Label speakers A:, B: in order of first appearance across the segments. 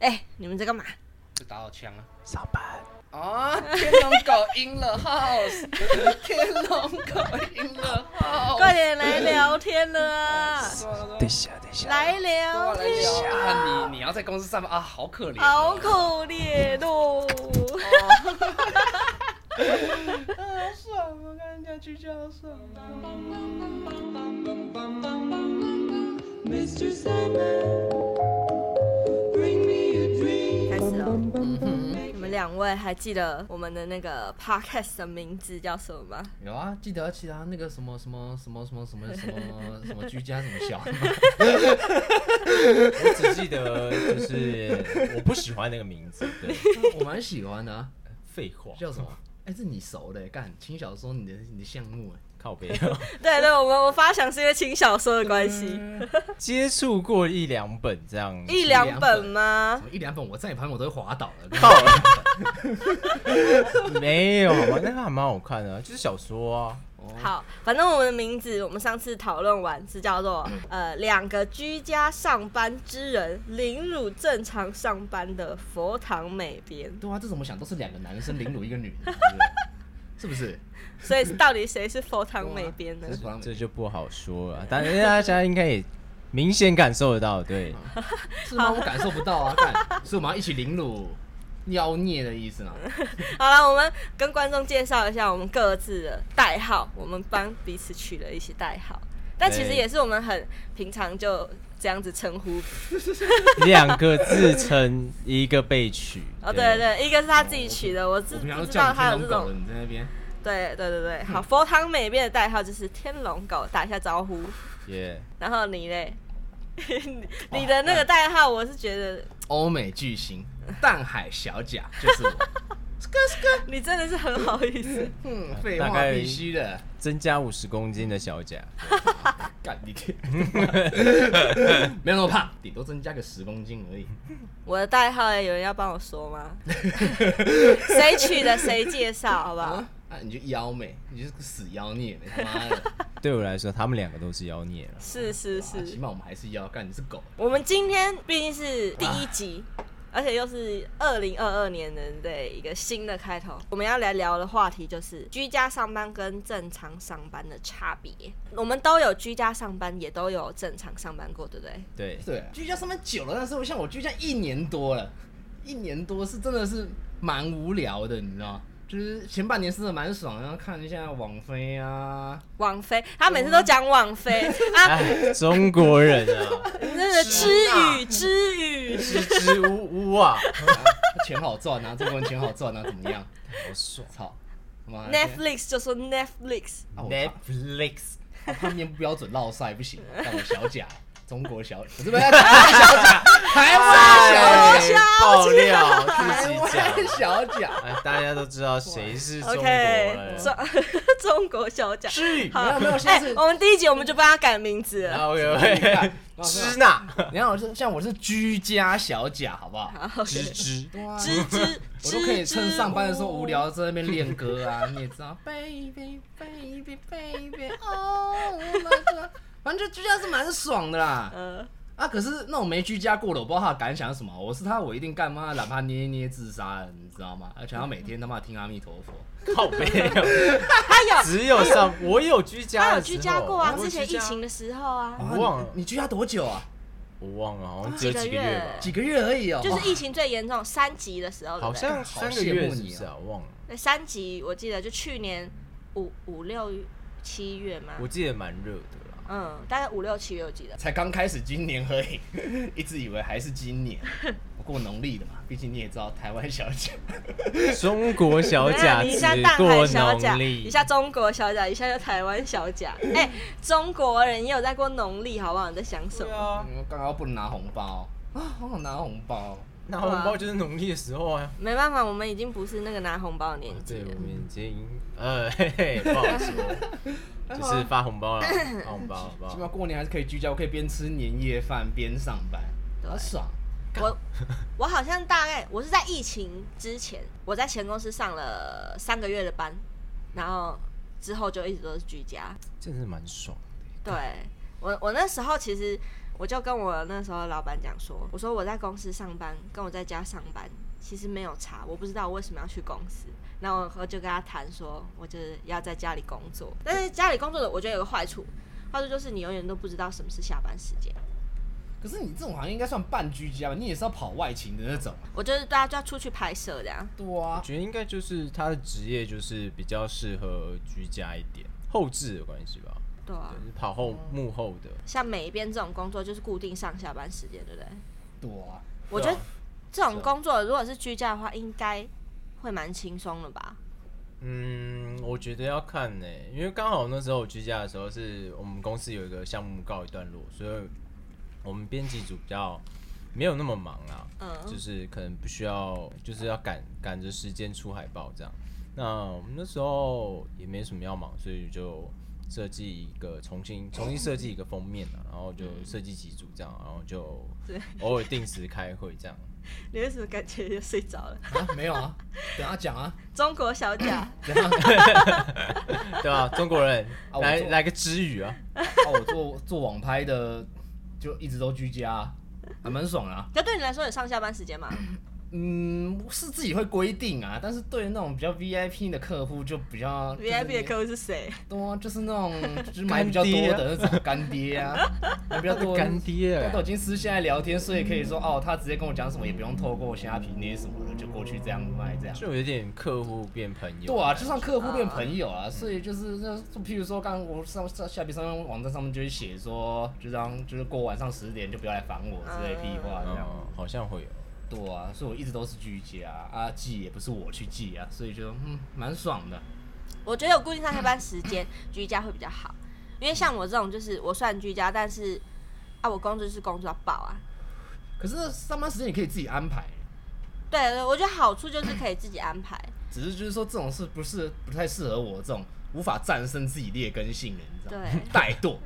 A: 哎、你们在干嘛？
B: 就打到枪啊！
C: 上班。
B: 啊！天龙狗 in the house，天龙狗 in the house，
A: 快点来聊天了啊！
C: 等一下，等一下。
A: 来聊
B: 过来
A: 天，
B: 聊啊！你你要在公司上班啊，好可怜、
A: 好可怜哦。
B: 好爽啊！跟人家去就好爽、
D: Mr. Sandman, bring me a dream.
A: 开始了，
B: 嗯哼，
A: 你们两位还记得我们的那个 podcast 的名字叫什么吗？
B: 有啊，记得要其他那个什么什么什么什么什么什 么什么居家什么小，
C: 我只记得就是我不喜欢那个 名字。对，
B: 我蛮喜欢的、啊，
C: 废话，
B: 叫什么？哎、这你熟的，干轻小说你的你的项目哎。
C: 靠背。
A: 对对，我们我发想是因为轻小说的关系，
C: 接触过一两本这样子。
A: 一两本吗
B: 什？么一两本，我在你旁边我都会滑倒 的。
C: 靠。没有，好吧那个还蛮好看的啊，就是小说啊。
A: 好，反正我们的名字，我们上次讨论完是叫做
B: 嗯
A: 呃，两个居家上班之人凌辱正常上班的佛堂美 编，
B: 对啊，这怎么想都是两个男生凌辱一个 女的，对不对是不是？
A: 所以到底谁是佛堂美编呢？
B: 这是不让
C: 这就不好说了，但是大家应该也明显感受得到，对，
B: 是吗？我感受不到啊，干，所以我们要一起凌辱妖孽的意思啊呢？
A: 好了，我们跟观众介绍一下我们各自的代号，我们帮彼此取了一些代号，但其实
C: 对
A: 也是我们很平常就这样子称呼。
C: 两个自称一个被取。
A: 哦，对对对，一个是他自己取的，我知
B: 哦我平常
A: 不
B: 都
A: 知道
B: 叫你
A: 他
B: 天
A: 有这
B: 龙
A: 种
B: 狗了，你在那边
A: 对对对对，好，佛堂美编的代号就是天龙狗，打一下招呼。
C: 耶
A: 然后你嘞， 你你的那个代号，我是觉得
B: 欧美巨星淡海小贾就是我。
A: 你真的是很好意思。
B: 嗯，废
C: 大
B: 话
C: 概
B: 必须的。
C: 增加五十公斤的小贾，
B: 干 你！没有那么胖，顶多增加个十公斤而已。
A: 我的代号嘞有人要帮我说吗？谁取的谁介绍，好不好？
B: 啊，啊你就妖美，你就是个死妖孽，他妈 的！
C: 对我来说，他们两个都是妖孽了。
A: 是是
B: 啊起
A: 是，
B: 码我们还是妖，干你是狗。
A: 我们今天毕竟是第一集，
B: 啊
A: 而且又是二零二二年的对一个新的开头。我们要来聊的话题就是居家上班跟正常上班的差别。我们都有居家上班，也都有正常上班过，对不对？
C: 对，
B: 哎对，啊居家上班久了，但是我像我居家一年多了，一年多是真的是蛮无聊的，你知道吗？就是前半年是真的蛮爽，然后看一下网飞 啊，
A: 网飞，他每次都讲网飞 啊，
C: 哎，中国人啊，
A: 那个知语知语，
C: 支支吾吾啊，
B: 钱好赚啊，这部分钱好赚啊，怎么样？
C: 好爽
B: 操，他妈的
A: Netflix 就说 Netflix，
B: 啊我操
C: ！Netflix，
B: 啊他念不标准，绕赛不行，但我小贾，中国小，不是不是台湾小贾，台湾小
C: 哎爆料自己
B: 贾，台湾
C: 讲，
B: 小 贾，
C: 哎，大家都知道谁是中国
A: OK，
C: 人。
A: 中中国小贾。
B: 至于没
A: 好，
B: 有没有，
A: 哎
B: 现在，是
A: 我们第一集我们就帮他改名字了。
C: OK OK，支那，
B: 你看我是像我是居家小贾，好不好？
A: 好，OK，
C: 支支，
B: 对啊
A: 知之
B: 我都可以
A: 知
B: 趁
A: 之，
B: 上班的时候无聊在那边练歌啊，你也知道，baby baby baby，哦，我的个，反正就居家是蛮爽的啦。
A: 呃，
B: 啊，可是那种没居家过的，我不知道他的感想是什么。我是他，我一定干嘛，哪怕捏捏自杀了，你知道吗？而且他每天他妈听阿弥陀佛，
C: 靠背哦，
A: 他有
C: 只有上我有居
A: 他
C: 家的
A: 有
C: 时候，
A: 居家过啊，
C: 我
A: 之
C: 有
A: 前
C: 居
A: 疫
C: 家哦
A: 情的时候啊，
C: 我忘了
B: 哦你居家多久啊？
C: 我忘了，好像只有几个月吧，
B: 几个月而已哦。
A: 就是疫情最严重三级的时候，对
C: 好
A: 不对
C: 像
B: 好
C: 三个
B: 羡
C: 月
B: 慕
C: 是不
B: 你
C: 是啊？忘了，
A: 对三级，我记得就去年五五六七月嘛，
C: 我记得蛮热的啦。
A: 嗯，大概五六七月我记得。
B: 才刚开始今年而已，一直以为还是 今年。我过农历的嘛，毕竟你也知道台湾小姐。
C: 中国小贾
A: 啊你一
C: 只
A: 下淡海
C: 过
A: 小贾，
C: 农
A: 一
C: 历，
A: 下中国小贾，一下又台湾小贾。哎、中国人也有在过农历，好不好？你在想什
C: 对
A: 么？
C: 啊，
B: 嗯刚刚不能拿红包啊，好想拿红包。哦
C: 拿红包就是农历的时候啊。
A: 没办法，我们已经不是那个拿红包的年纪
C: 对，
A: 了
C: 我。们已经 呃，嘿嘿，不好说，就是发红 包啦，发红包，好不
B: 起码
C: 好？
B: 过年还是可以居家，我可以边吃年夜饭边上班，
A: 对
B: 好爽。
A: 我我好像大概我是在疫情之前，我在前公司上了三个月的班，然后之后就一直都是居家。
C: 真的是蛮爽的。
A: 对我我那时候其实我就跟我那时候老板讲说，我说我在公司上班，跟我在家上班其实没有差，我不知道我为什么要去公司。然后我就跟他谈说，我就是要在家里工作，但是家里工作的我觉得有个坏处，坏处就是你永远都不知道什么是下班时间。
B: 可是你这种行业应该算半居家吧？你也是要跑外勤的那种。
A: 我就是大家就要出去拍摄这样，
B: 对啊
C: 我，觉得应该就是他的职业就是比较适合居家一点，后置的关系吧，
A: 对啊。
C: 就是跑后幕后的。
A: 像每一边这种工作就是固定上下班时间，对不对？
B: 对啊。
A: 我觉得
C: 对啊
A: 这种工作如果是居家的话，应该会蛮轻松的吧？
C: 嗯，我觉得要看呢、因为刚好那时候我居家的时候，是我们公司有一个项目告一段落，所以我们编辑组比较没有那么忙啊，
A: 嗯
C: 就是可能不需要，就是要赶赶着时间出海报这样。那我们那时候也没什么要忙，所以就设计一个重新重新设计一个封面啊，然后就
A: 嗯
C: 设计几组这样，然后就
A: 对
C: 偶尔定时开会这样。
A: 你为什么感觉就睡着了？
B: 啊，没 有啊，等下讲啊，
A: 中国小啊贾
B: 等下
C: 对啊，中国人
B: 啊我
C: 来
B: 做
C: 来个之语啊，
B: 哦，我做做网拍的，就一直都居家啊，还蛮爽啊。
A: 那对你来说有上下班时间吗？
B: 嗯，是自己会规定啊，但是对那种比较 VIP 的客户就比较
A: VIP 的
B: 户
A: 客户是谁？
B: 多，啊就是那种就是买比较多的那种干爹啊，买比较多的
C: 干爹啊
B: 他都已经私下来聊天，所以可以说哦，他直接跟我讲什么，也不用透过虾皮那些什么的，就过去这样卖这样。
C: 就有点客户变朋友。
B: 对啊，就算客户变朋友啊，所以就是那，就譬如说，刚刚我上上下边上面网站上面就会写说，就让就是过晚上十点就不要来烦我之类的屁话这样。
C: 嗯，好像会有。
B: 对啊，所以我一直都是居家啊，寄也不是我去寄啊，所以就嗯蛮爽的。
A: 我觉得有固定上下班时间，居家会比较好，因为像我这种就是我虽然居家，但是啊，我工作就是工作到爆啊。
B: 可是上班时间也可以自己安排，
A: 对，对我觉得好处就是可以自己安排。
B: 只是就是说这种事不是不太适合我这种无法战胜自己劣根性的，你知道吗？怠惰。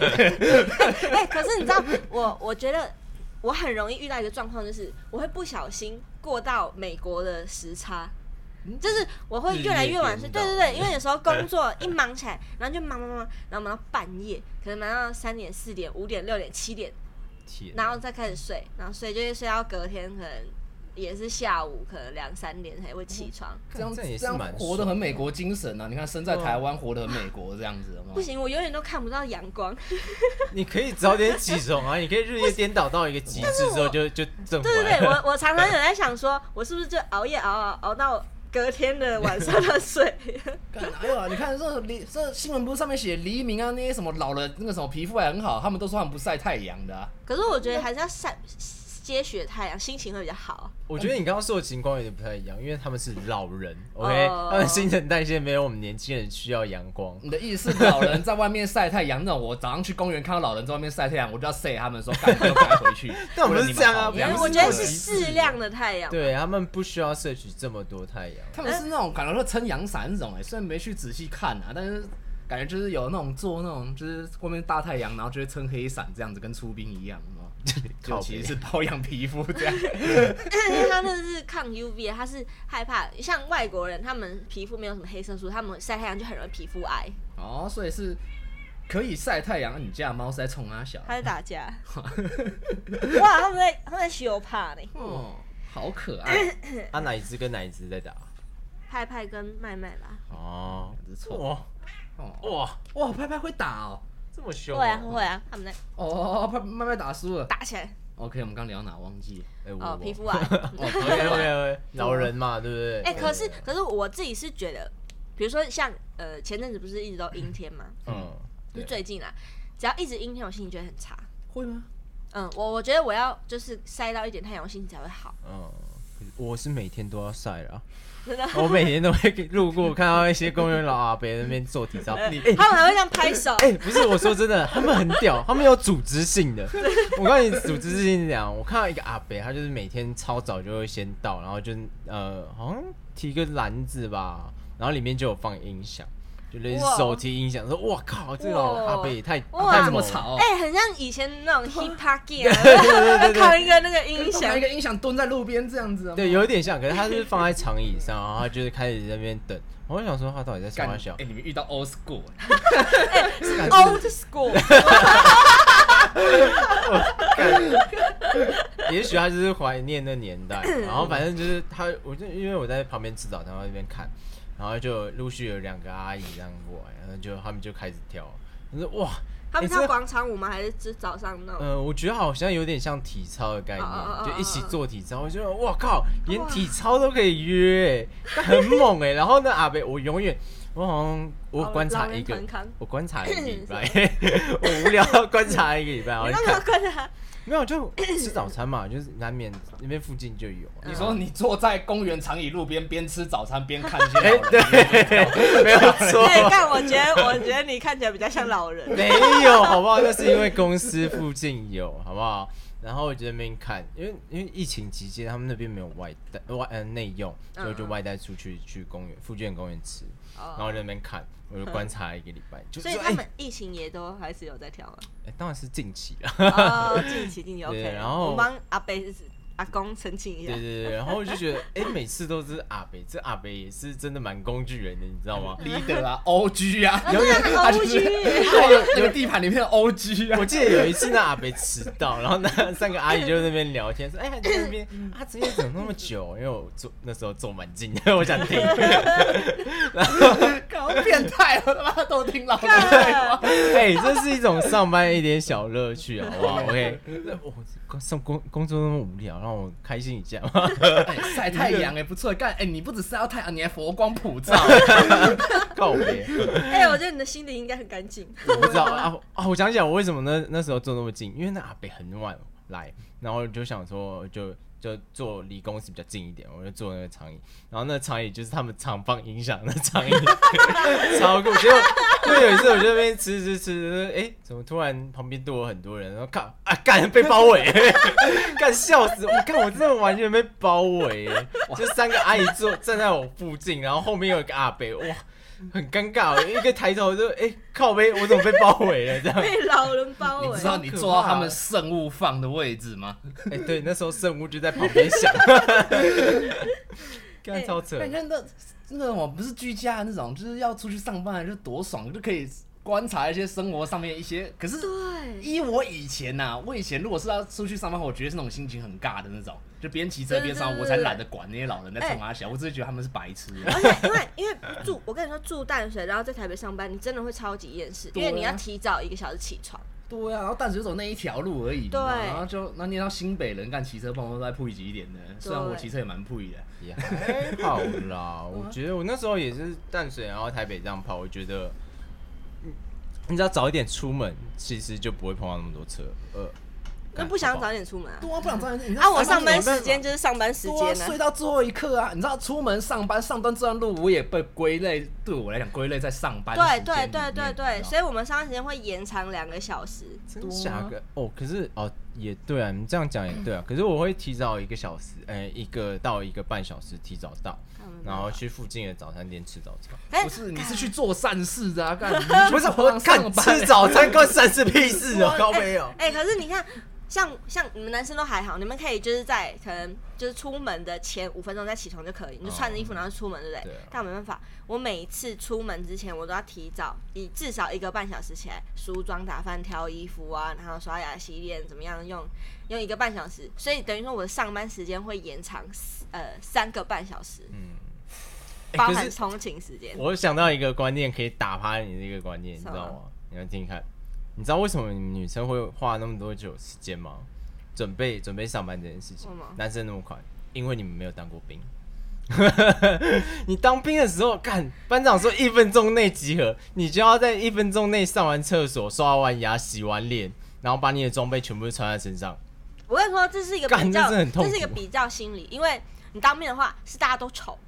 A: 哎、可是你知道，我我觉得我很容易遇到一个状况，就是我会不小心过到美国的时差，就是我会越来越晚睡。
C: 嗯日夜颠
A: 对
C: 倒
A: 对对，因为有时候工作一忙起来，然后就忙忙忙，然后忙到半夜，可能忙到三点、四点、五点、六点、七点，
C: 天
A: 然后再开始睡，然后睡就会睡到隔天可能。也是下午，可能两三点才会起床。
B: 这样
C: 这样也是
B: 样
C: 蛮
B: 活得
C: 爽
B: 很美国精神啊！你看身在
C: 对啊
B: 台湾，活得很美国这样子，有没有
A: 不行，我永远都看不到阳 光。
C: 你可以早点起床啊，你可以日夜颠倒到一个极致之后就就正回
A: 对
C: 来
A: 对对，我我常常有在想说，我是不是就熬夜熬熬熬到隔天的晚上的睡？
B: 干哪有啊？你看这黎这新闻不是上面写黎明啊那些什么老了那个什么皮肤还很好，他们都说他们不晒太阳的、啊。
A: 可是我觉得还是要晒些许的太阳，心情会比较好。
C: 我觉得你刚刚说的情况有点不太一样，因为他们是老人
A: 哦
C: ，OK，他 们新陈代谢没有我们年轻人需要阳光。。
B: 你的意思是老人在外面晒太阳，那种我早上去公园看到老人在外面晒太阳，我就要 say 他们说赶快赶快回去
C: 但我们是这样啊
B: 为
A: 因为
B: 了你们好
A: 我觉得
B: 对
A: 是适量的太阳。
C: 对他们不需要摄取这么多太阳，
B: 他们是那种感觉会撑阳伞那种、
A: 嗯
B: 哎，虽然没去仔细看啊，但是感觉就是有那种做那种就是外面大太阳，然后就会撑黑伞这样子，跟出兵一样 哦。
C: 靠
B: 就
C: 北
B: 其实是保养皮肤这样。
A: 因为他那是抗 UV，的他是害怕。像外国人，他们皮肤没有什么黑色素，他们晒太阳就很容易皮肤癌。
B: 哦，所以是可以晒太阳。你家的猫是在冲阿小。
A: 他在打架。 哇，他们在他们在羞怕呢。
B: 哦，好可 爱，
C: 啊，哪一只跟哪一只在打？
A: 派派跟麦麦吧。
C: 哦，
B: 不错
C: 哇
B: 哦。
C: 哇，
B: 哇，拍拍会打哦。
C: 这么凶、
A: 会啊会啊，他们在
B: 哦，拍麦麦打输了。
A: 打起来。
B: OK，我们刚聊哪忘记了。
C: 哎我
A: 哦，皮肤
C: 啊
A: 癌。
C: ，OK OK，老人嘛，对不对？
A: 哎、可是可是我自己是觉得，比如说像呃前阵子不是一直都阴天嘛，
C: 嗯，
A: 就
B: 对
A: 是最近啦，只要一直阴天，我心情就会很差。
B: 会吗？
A: 嗯，我我觉得我要就是晒到一点太阳，我心情才会好。
C: 嗯，可是我是每天都要晒啦，
A: 真的，
C: 我每天都会 路过看到一些公园老阿伯在那边做 体操。哎、
A: 他们还会这样拍手。
C: 哎不是我说真的，他们很屌，他们有组织性的。我告诉你，组织性是这样，我看到一个阿伯，他就是每天超早就会先到，然后就呃好像提个篮子吧，然后里面就有放音响。就类似
A: 哇
C: 手提音响，说哇靠，这老阿伯也太
A: 哇
C: 太
B: 这么
C: 猛了，
B: 吵哦。
A: 哎、很像以前那种 hip hop gear，然后扛一个那个音
B: 拿
A: 响
B: 一，个音响蹲在路边这样子。啊
C: 对，。有一点像，可是他就是放在长椅上，然后他就是开始在那边等。我就想说他到底在
B: 干
C: 耍小
B: 啊哎，？你们遇到 old school，
A: old school，
C: 也许他就是怀念那年 代，然后反正就是他，我就因为我在旁边吃早餐，我在那边看，然后就陆续有两个阿姨这样过来，然后就他们就开始跳，我说
A: 哦
C: 哇，
A: 他们
C: 欸
A: 跳
C: 这
A: 广场舞吗？还是只早上那种？
C: 呃，我觉得好像有点像体操的概念，
A: 哦哦哦哦
C: 就一起做体操。我就哇靠，连体操都可以约、欸，很猛哎、 欸。然后呢，阿北，我永远，我好像我
A: 老
C: 观察
A: 老人
C: 一个
A: 团康，
C: 我观察一个礼拜， 我无聊观察一个礼拜，然后
A: 你
C: 就
A: 那么
C: 哎看，
A: 快的？
C: 没有就吃早餐嘛，就是难免那边附近就有啊。
A: 嗯
B: 你说你坐在公园长椅路边，边吃早餐边看一些
C: 哎、
B: 老人，
C: 对，没有错。
A: 对，但哎我觉得，我觉得你看起来比较像老人。
C: 没有，好不好？那是因为公司附近有，好不好？然后我就在那边看，因为因为疫情期间他们那边没有外带外呃内用，
A: 嗯
C: 所以我就外带出去去公园附近的公园吃，
A: 哦
C: 然后我就在那边看，我就观察一个礼拜，就
A: 所以
C: 说
A: 他
C: 哎
A: 们疫情也都还是有在跳 啊。
C: 哎当然是近期了，
A: 哦，近期近期 OK。
C: 对然后
A: 我帮阿贝阿公澄清一下
C: 对对，对，然后我就觉得哎、每次都是阿北，这阿北也是真的蛮工具人的，你知
A: 嗯
C: 道吗？
B: leader 啊，OG 啊，
A: 对啊
B: 他就是
A: OG
B: 他有有地盘里面的 OG 啊
C: 我。记得有一次那阿北迟到，然后那三个阿姨就在那边聊天， 说：“哎、呀，你在那边啊，昨天怎么那么久？因为我坐那时候坐蛮近的，我想听。
B: 搞变态，我他妈都听老人在
A: 干
C: 哎、这是一种上班一点小乐趣，好不好？OK，那我工上哦工工作那么无聊，让我开心一下 嘛。
B: 哎晒太阳哎，不错，干哎，你不只晒到太阳，你还佛光普照，
C: 告别，
A: 哎、我觉得你的心里应该很干净。
C: 我不知道啊啊！我想起来，我为什么那那时候坐那么近，因为那阿北很晚来，然后就想说就。就坐离公司比较近一点，我就坐那个长椅，然后那长椅就是他们常放音响的长椅， 超酷。结果就有一次我就在那边吃吃吃，哎、诶怎么突然旁边多了很多人？然后看啊，干被包围， 干笑死我！看我真的完全被包围，就三个阿姨坐站在我附近，然后后面有一个阿伯，哇，很尴尬，一个抬头就哎、诶靠背，我怎么被包围了？这样，
A: 被哎老人包哎
B: 你
A: 围
B: 知，道哎你坐到他们圣物放的位置吗？
C: 哎、对，那时候圣物就在旁边响， 干超扯
B: 那。
A: 哎
B: 你看那那种不是居家的那种，就是要出去上班，就多爽，就可以观察一些生活上面一些。可是，
A: 对，
B: 依我以前呐、我以前如果是要出去上班，我觉得是那种心情很尬的那种，就边骑车边上班，
A: 对对对
B: 我才懒得管那些老人在
A: 哎
B: 冲阿啊小，我只是觉得他们是白 痴。
A: 而且因为因为住，我跟你说住淡水，然后在台北上班，你真的会超级厌世，因为你要提早一个小时起床。
B: 对啊，然后淡水就走那一条路而已，你知道吗
A: 对
B: 然后就那念到新北人干骑车，帮我都在普及一点的。虽然我骑车也蛮普及的，
C: 也还哎好啦，
A: 嗯
C: 我觉得我那时候也是淡水，然后台北这样跑，我觉得，嗯，你只要早一点出门，其实就不会碰到那么多车。呃，
A: 那不想早点出门啊？
B: 对啊，不然早点。你知道
A: 啊，我上班
B: 也没办
A: 时
B: 法
A: 间就是上班时间
B: 对
A: 呢、
B: 啊，睡到最后一刻啊！你知道出门上班上班这段路，我也被归类，对我来讲归类在上班
A: 对
B: 时间
A: 对
B: 里
A: 对
B: 面
A: 对对，
B: 你知道
A: 所以我们上班时间会延长两个小时。
C: 真
B: 多
C: 假
B: 啊
C: 的哦，可是哦，也对啊，你这样讲也对啊。可是我会提早一个小时，哎、一个到一个半小时提早到，然后去附近的早餐店吃早餐。
A: 哎
B: 不是你是去做善事的啊，干你
C: 不
B: 去
C: 是
B: 走
C: 我
B: 廊上
C: 干
B: 班
C: 吃早餐关三是屁事 哦，高没有。
A: 哎、可是你看，像像你们男生都还好，你们可以就是在可能就是出门的前五分钟再起床就可以，你就穿着衣服然后出门，对不对？
C: 对啊
A: 但我没办法，我每一次出门之前，我都要提早以至少一个半小时起来，梳妆打扮、挑衣服啊，然后刷牙、洗脸，怎么样用用一个半小时，所以等于说我的上班时间会延长四呃三个半小时，
C: 哎
A: 包
C: 可
A: 含
C: 是
A: 通勤时间。
C: 我想到一个观念可以打趴你这个观念，你知
A: 什么
C: 道吗？你要听听看，你知道为什么你们女生会花那么多久时间吗？准备准备上班这件事情
A: 为什么，
C: 男生那么快，因为你们没有当过兵。 你当兵的时候，干班长说一分钟内集合，你就要在一分钟内上完厕所、刷完牙、洗完脸，然后把你的装备全部穿在 身上。
A: 我跟你说，这是一个
C: 干
A: 比较，
C: 这是很痛苦
A: 这是一个比较心理，因为你当面的话是大家都 丑。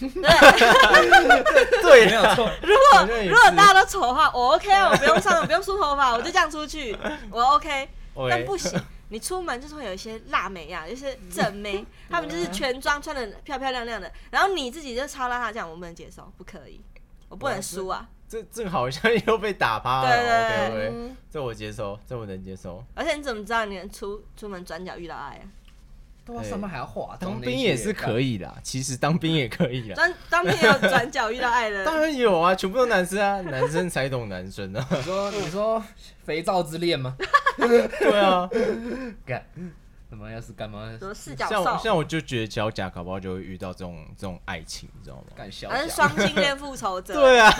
A: 对，
C: 对，啊没有错。
A: 如
C: 好
A: 果
C: 像也是
A: 如果大家都丑的话，我 OK，我不用上，我不用梳头发，我就这样出去，我 OK。
C: OK
A: 但不行，你出门就是会有一些辣妹呀、啊，就是正
C: 嗯
A: 妹，她们就是全妆穿的漂漂亮亮的，然后你自己就超邋遢，这样我不能接受，不可以，我不能输啊！
C: 这这个好像又被打趴了。
A: 对嗯对
C: OK
A: 对
C: OK，这我接受，这我能接受。
A: 而且你怎么知道你能出出门转角遇到爱啊？
B: 对啊，上班还要化妆，
C: 当兵也是可
B: 以。
C: 以的，啊其实当兵也可 以的。啊
A: 当当兵有转角遇到爱人，
C: 当然有啊，全部都男生啊，男生才懂男生 啊。
B: 你说你说肥皂之恋吗？
C: 对啊，
B: 干，什么要是干嘛
A: 什么四角
C: 像我
A: 兽，
C: 像我就觉得小贾搞不好就会遇到这种这种爱情，你知道吗？
B: 干小
A: 还是
B: 脚？
A: 双性恋复仇者？
C: 对啊，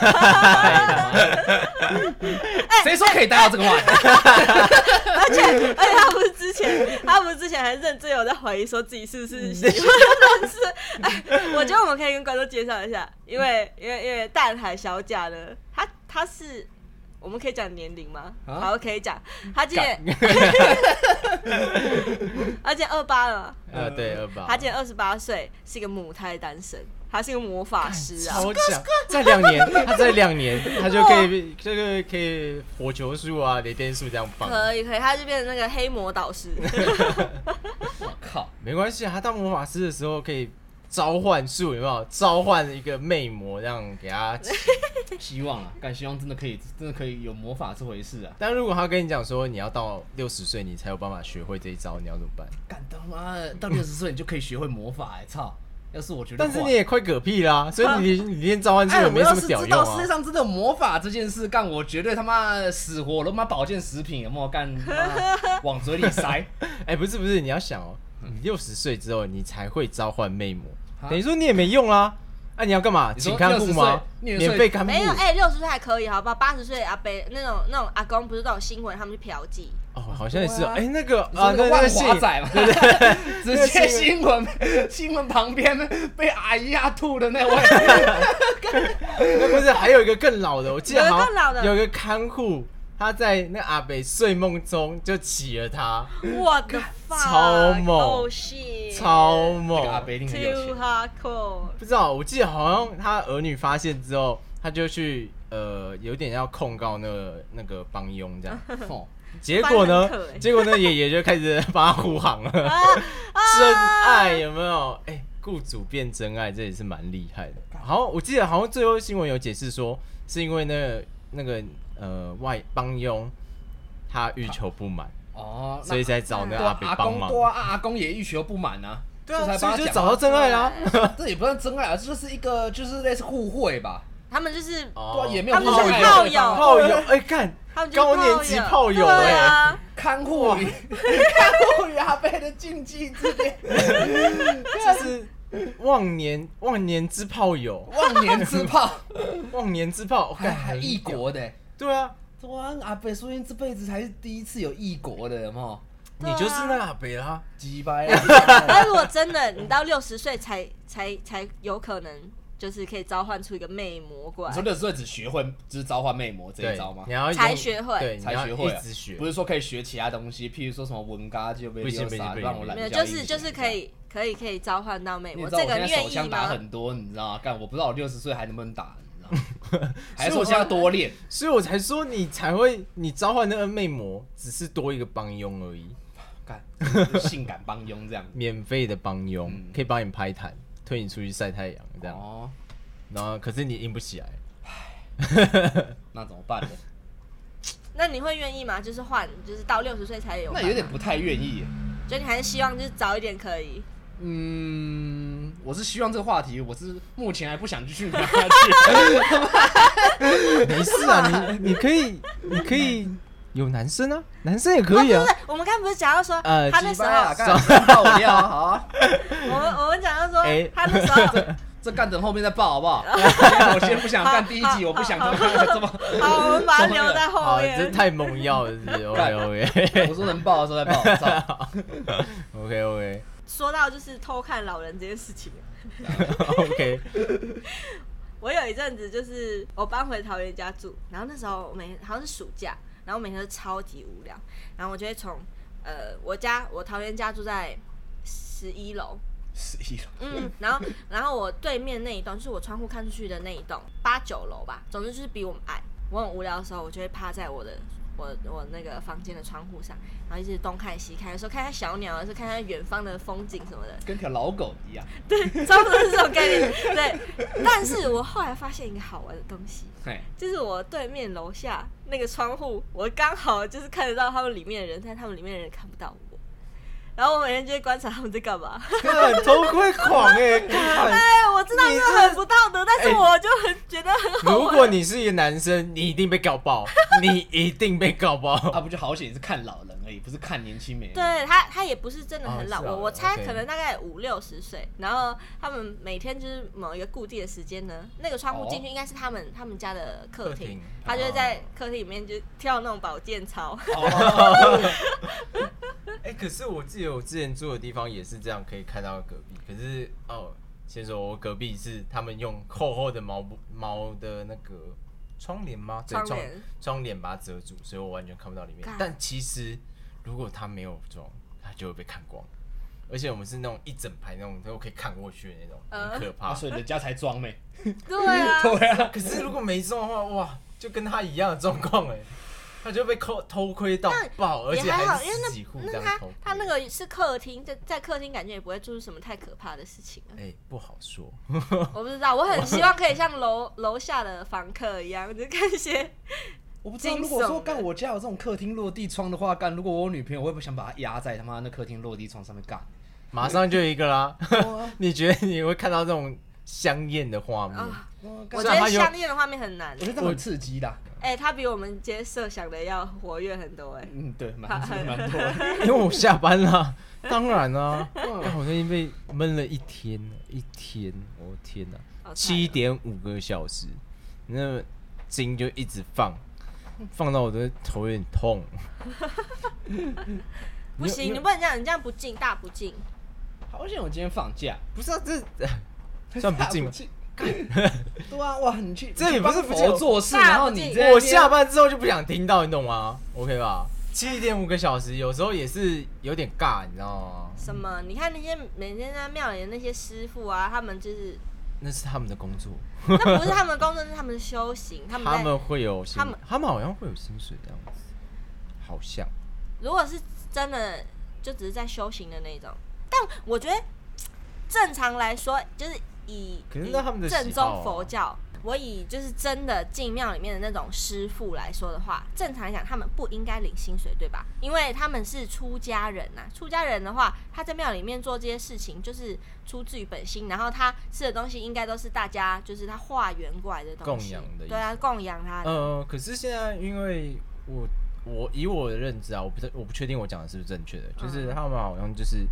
B: 谁说可以带到这个话题？
A: 而且 而且他不是之前，他不是之前还认真有在怀疑说自己是不是喜欢 但是，哎，我觉得我们可以跟观众介绍一下，因为因为因为淡海小贾呢，他他是我们可以讲年龄吗？
B: 啊
A: 好，可以讲，他今年 他今年二八了嘛，
C: 呃，对，二八，
A: 他今年二十八岁，是一个母胎单身，他是一个魔法师啊，
C: 超强，在两年，他在两年，他就可以这个可以火球术啊、雷电术这样放，
A: 可以可以，他就变成那个黑魔导师，
B: 我靠！
C: 没关系啊。他当魔法师的时候可以召唤术，有没有？召唤一个魅魔，这样给他起。
B: 希望啊，干希望真的可以，真的可以有魔法这回事啊！
C: 但如果他跟你讲说你要到六十岁你才有办法学会这一招，你要怎么办？
B: 干他妈的，到六十岁你就可以学会魔法哎、操！要是我觉得，
C: 但是你也快嗝屁啦、所以你你练召唤术
B: 哎，
C: 也
B: 我
C: 没什
B: 要
C: 么
B: 是
C: 屌
B: 知
C: 用
B: 道世界
C: 啊。
B: 上真的有魔法这件事，干我绝对他妈的死活我都妈保健食品有没有干，妈往嘴里 塞。
C: 哎、不是不是，你要想哦，你六十岁之后你才会召唤魅魔，
B: 啊
C: 等于说你也没用啦、啊。你要干嘛？
B: 你说
C: 请看护吗？
B: 60岁60岁
C: 免费看护？
A: 没有哎，六十岁还可以，好吧？八十岁阿伯那种那种阿公不是都有新闻，他们去嫖妓，
C: 哦，好像也是
B: 对
C: 哦。
B: 啊
C: 哎、那个
B: 你
C: 啊，
B: 说那
C: 那
B: 个万
C: 信
B: 华仔嘛， 直接
C: 那
B: 新
C: 新
B: 闻新闻旁边被阿姨压吐的那 位，
C: 那不是还有一个更老的，我记得
A: 有一个
C: 好
A: 更老的
C: 像有一个看护，他在那阿北睡梦中就起 了他，
A: 我的 fuck，
C: 超猛
A: oh shit，
C: 超
B: 那个阿
C: 猛。
B: 啊北一定很有
A: ，too
B: 钱。
A: hardcore，
C: 不知道，我记得好像他儿女发现之后，他就去呃有点要控告那个那个帮佣这样，
B: 哦
C: 结果呢
A: 帮很可欸，
C: 结果那爷爷就开始帮他护航了。
A: 啊
C: 真爱有没有？哎、雇主变真爱，这也是蛮厉 害的。好，我记得好像最后新闻有解释说，是因为那个那个呃外帮佣他欲求不满，
B: 哦，
C: 所以才找那
B: 那
C: 个阿
B: 阿
C: 北
B: 阿
C: 帮
B: 公
C: 忙。
B: 多啊，阿公也欲求不满啊，
C: 对
B: 这
C: 啊，
B: 才
C: 所
B: 帮
C: 以
B: 他
C: 就
B: 讲
C: 找到真爱啦。
B: 这也不算真爱啊，这就是一个就是类似互惠吧，
A: 他们就是
B: 对啊，
C: 哦
B: 也没有
A: 他们
B: 互相
A: 是
B: 爱
A: 炮
B: 对方
A: 友
C: 炮友，哎、看
A: 他们就是
C: 高年级炮
A: 对
C: 友哎、
A: 啊，
B: 看护与看护与阿贝的禁忌之恋，
C: 就是哎忘年忘年之炮友，
B: 忘年之 炮，
C: 忘年之炮，
B: 还
C: 看
B: 还哎异，国的欸。
C: 对啊，
B: 哇，阿贝说不定这辈子才是第一次有异国的，有没有？
C: 你就是那个阿北啦。
B: 鸡 掰啊！
A: 啊 但如果真的你到六十岁才才才有可能，就是可以召唤出一个魅魔过
B: 你
A: 来
B: 说，六十岁只学会就是召唤魅魔这
C: 对，
B: 一招吗
C: 你？要用
A: 才学会
C: 对，你
B: 才
C: 要
B: 学会啊
C: 一直学，
B: 不是说可以学其他东西，譬如说什么文嘎就被
C: 不行
B: 六杀
C: 不行不行
B: 让我
C: 不
B: 懒
C: 行
A: 没有，
B: 觉
A: 就是就
B: 一
A: 是
B: 起
A: 可。以可以可以召唤到魅
B: 你
A: 魔，
B: 知道
A: 这
B: 我
A: 个
B: 现在
A: 你
B: 手
A: 愿意
B: 枪打
A: 吗？
B: 很多，你知道吗？干，我不知道我六十岁还能不能打，你知 道吗？还是我现在要多练？
C: 所以我才说你才会，你召唤那个魅魔只是多一个帮佣而已，
B: 干， 性感帮佣 这样。
C: 免费的帮佣、
B: 嗯
C: 可以帮你拍坛，推你出去晒太阳这样，
B: 哦，
C: 然后可是你硬不起来，
B: 那怎么办呢？
A: 那你会愿意吗？就是换，就是到六十岁才 有，
B: 那有点，不太愿意耶。
A: 就你还是希望就是早一点可以。
B: 嗯，我是希望这个话题，我是目前还不想继续聊下 去。
C: 没事啊，你你可以你可以有男生啊，男生也可以啊
A: 不，是，我们刚刚不是讲到说，
C: 呃
A: 他那时
B: 鸡掰啊，
A: 候，
B: 干， 真爆料啊好啊，
A: 我们我们讲到说
C: 哎，
A: 他那时候，
B: 这干等后面再爆好不 好？我先不想干第 一集，我不想干这么。
A: 好，我们把它留在后
C: 好，哦这
A: 面。
C: 太猛药了是不是，OK OK
B: 我说能爆的时候再爆， 操
C: OK OK
A: 说到就是偷看老人这件事情，
C: OK，
A: 我有一阵子就是我搬回桃园家住，然后那时候我每好像是暑假，然后每天都超级无聊，然后我就会从呃我家我桃园家住在十一楼，
B: 十一楼，
A: 嗯，然后然后我对面那一栋就是我窗户看出去的那一栋八九楼吧，总之就是比我们矮。我很无聊的时候，我就会趴在我的我我那个房间的窗户上，然后一直东看西看，有时候看看小鸟，有时候看看远方的风景什么的，
B: 跟条老狗一样。
A: 差不多是这种概念。对，但是我后来发现一个好玩的东西，
B: 嘿，
A: 就是我对面楼下那个窗户，我刚好就是看得到他们里面的人，但他们里面的人看不到我。然后我每天就会观察他们在干嘛。
C: 看偷窥狂哎、看
A: 哎，我知道
C: 你
A: 这
C: 这
A: 很不道德，但是
C: 哎嗯
A: 我就很觉得很好
C: 如
A: 玩。
C: 果你是一个男生，你一定被告爆，你一定被告
B: 啊，
C: 爆。
B: 不就好险也是看老人而已，不是看年轻美人。
A: 对他，他也不是真的
C: 哦
A: 很
C: 是
A: 老，
C: 啊
A: 我我猜
C: OK
A: 可能大概五六十岁。然后他们每天就是某一个固定的时间呢，那个窗户进去
B: 哦
A: 应该是他们他们家的客
C: 客厅
A: 厅，他就会
C: 哦
A: 在客厅里面就跳那种保健 操。
B: 哦，
C: 哎、可是我记得我之前住的地方也是这样，可以看到隔壁。可是哦，先说我隔壁是他们用厚厚的毛布毛的那个窗帘吗？对
A: 窗
C: 窗
A: 帘
C: 窗帘把它遮住，所以我完全看不到里面
A: 干。
C: 但其实如果他没有装，他就会被看光。而且我们是那种一整排那种都可以看过去的那种，
A: 嗯
C: 很可怕。
B: 啊，所以人家才装呗。
A: 对 啊，
B: 对啊，
C: 可是如果没中的话，哇，就跟他一样的状 况哎，他就被抠偷窥到爆， 而
A: 也
C: 且
A: 还好，
C: 是
A: 因为
C: 十几户
A: 那那
C: 这样
A: 他
C: 偷窥。
A: 他那个是客厅，在在客厅感觉也不会做出什么太可怕的事情 啊。
C: 哎、不好说，
A: 我不知道，我很希望可以像楼楼下的房客一样，就看一些
B: 我不知道，
A: 惊悚
B: 如果说干我家有这种客厅落地窗的话，干如果我有女朋友，我也不想把她压在他妈那客厅落地窗上面干。
C: 马上就一个啦。
B: 哇
C: 你觉得你会看到这种香艳的画面？
A: 啊，
B: 哇
A: 我
B: 干
C: 是
A: 觉
C: 啊
A: 得
C: 他有
A: 香艳的画面很难
B: 我。觉得这很刺激的。
A: 哎、他比我们今天设想的要活跃很多哎、
B: 嗯，对，蛮
A: 他
B: 蛮多的。
C: 因为我下 班啦，当然啦、
A: 嗯
C: 哎我最近被闷了一天了，一天，我、天哪、
A: 好惨哦
C: 七点五个小时，那筋就一直放，放到我的头有点痛。
A: 不行，你不能这样，你这样不敬，大不敬。
B: 好险我今天放假，
C: 不是啊， 这算不进吧？
B: 对啊，哇，你去
C: 这也不是不敬
B: 佛做事，
A: 大不
B: 然后你
A: 敬
B: 在那边
C: 我下班之后就不想听到，你懂吗？OK 吧？七点五个小时，有时候也是有点尬，你知道吗？
A: 什么？你看那些每天在庙里的那些师傅啊，他们 就是
C: 那是他们的工作，
A: 那不是他们的工作，是他们的修行。他们
C: 他
A: 在
C: 们会有薪，
A: 他们
C: 他们好像会有薪水这样子，好像
A: 如果是真的，就只是在修行的那种。但我觉得正常来说，就是以
C: 可是
A: 以
C: 那他们的喜好啊
A: 正宗佛教，我以就是真的进庙里面的那种师傅来说的话，正常来讲他们不应该领薪水，对吧？因为他们是出家人呐、出家人的话，他在庙里面做这些事情就是出自于本心，然后他吃的东西应该都是大家就是他化缘过来的东西，
C: 供养的意思
A: 对啊，供养他的。
C: 呃，可是现在因为我我以我的认知啊，我不太我不确定我讲的是不是正确的，
A: 嗯
C: 就是他们好像就是，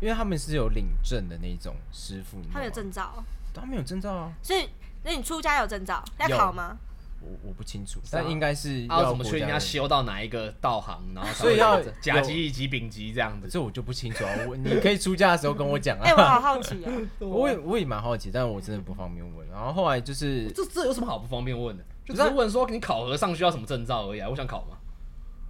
C: 因为他们是有领证的那种师傅，你知道
A: 他们有
C: 吗，
A: 证照哦，
C: 他们有证照啊，
A: 所以那你出家有证照要
C: 有
A: 考吗？
C: 我我不清楚，
B: 啊
C: 但应该是
B: 啊，
C: 要
B: 怎么
C: 国
B: 确
C: 家
B: 定他
C: 的
B: 修到哪一个道行，然后
C: 所以要
B: 甲级、乙级、丙级这样子。
C: 这我就不清楚啊，我你可以出家的时候跟我 讲
A: 哎、我好
C: 啊。
A: 好奇哦。
C: 我也我也蛮好奇，但我真的不方便问。然后后来就是
B: 这这有什么好不方便问的？就只
C: 不
B: 是
C: 是
B: 问说你考核上需要什么证照而已啊，我想考吗？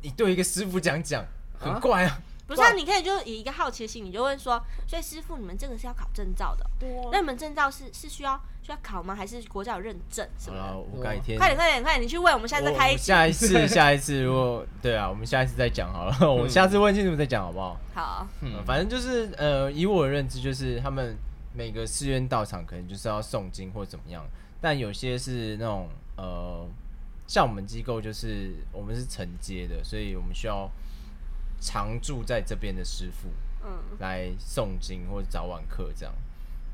C: 你对一个师傅讲讲，很怪 啊。
A: 不是、啊，你可以就以一个好奇心，你就问说，所以师傅，你们这个是要考证照的哦？
C: 啊
A: 那你们证照是是需要需要考吗？还是国家有认证什
C: 好
A: 么
C: 了，
A: 的？
C: 我改天
A: 快点，快点，快点！你去问，我们下次再
C: 我
A: 开一
C: 我
A: 集。
C: 下一次，下一次，如果对啊，我们下一次再讲好了。我下次问清楚再讲好不好？
A: 好，
B: 嗯
C: 呃反正就是呃，以我的认知，就是他们每个寺院道场可能就是要诵经或怎么样，但有些是那种呃，像我们机构就是我们是承接的，所以我们需要常住在这边的师傅
A: 嗯，
C: 来诵经或者早晚课这样。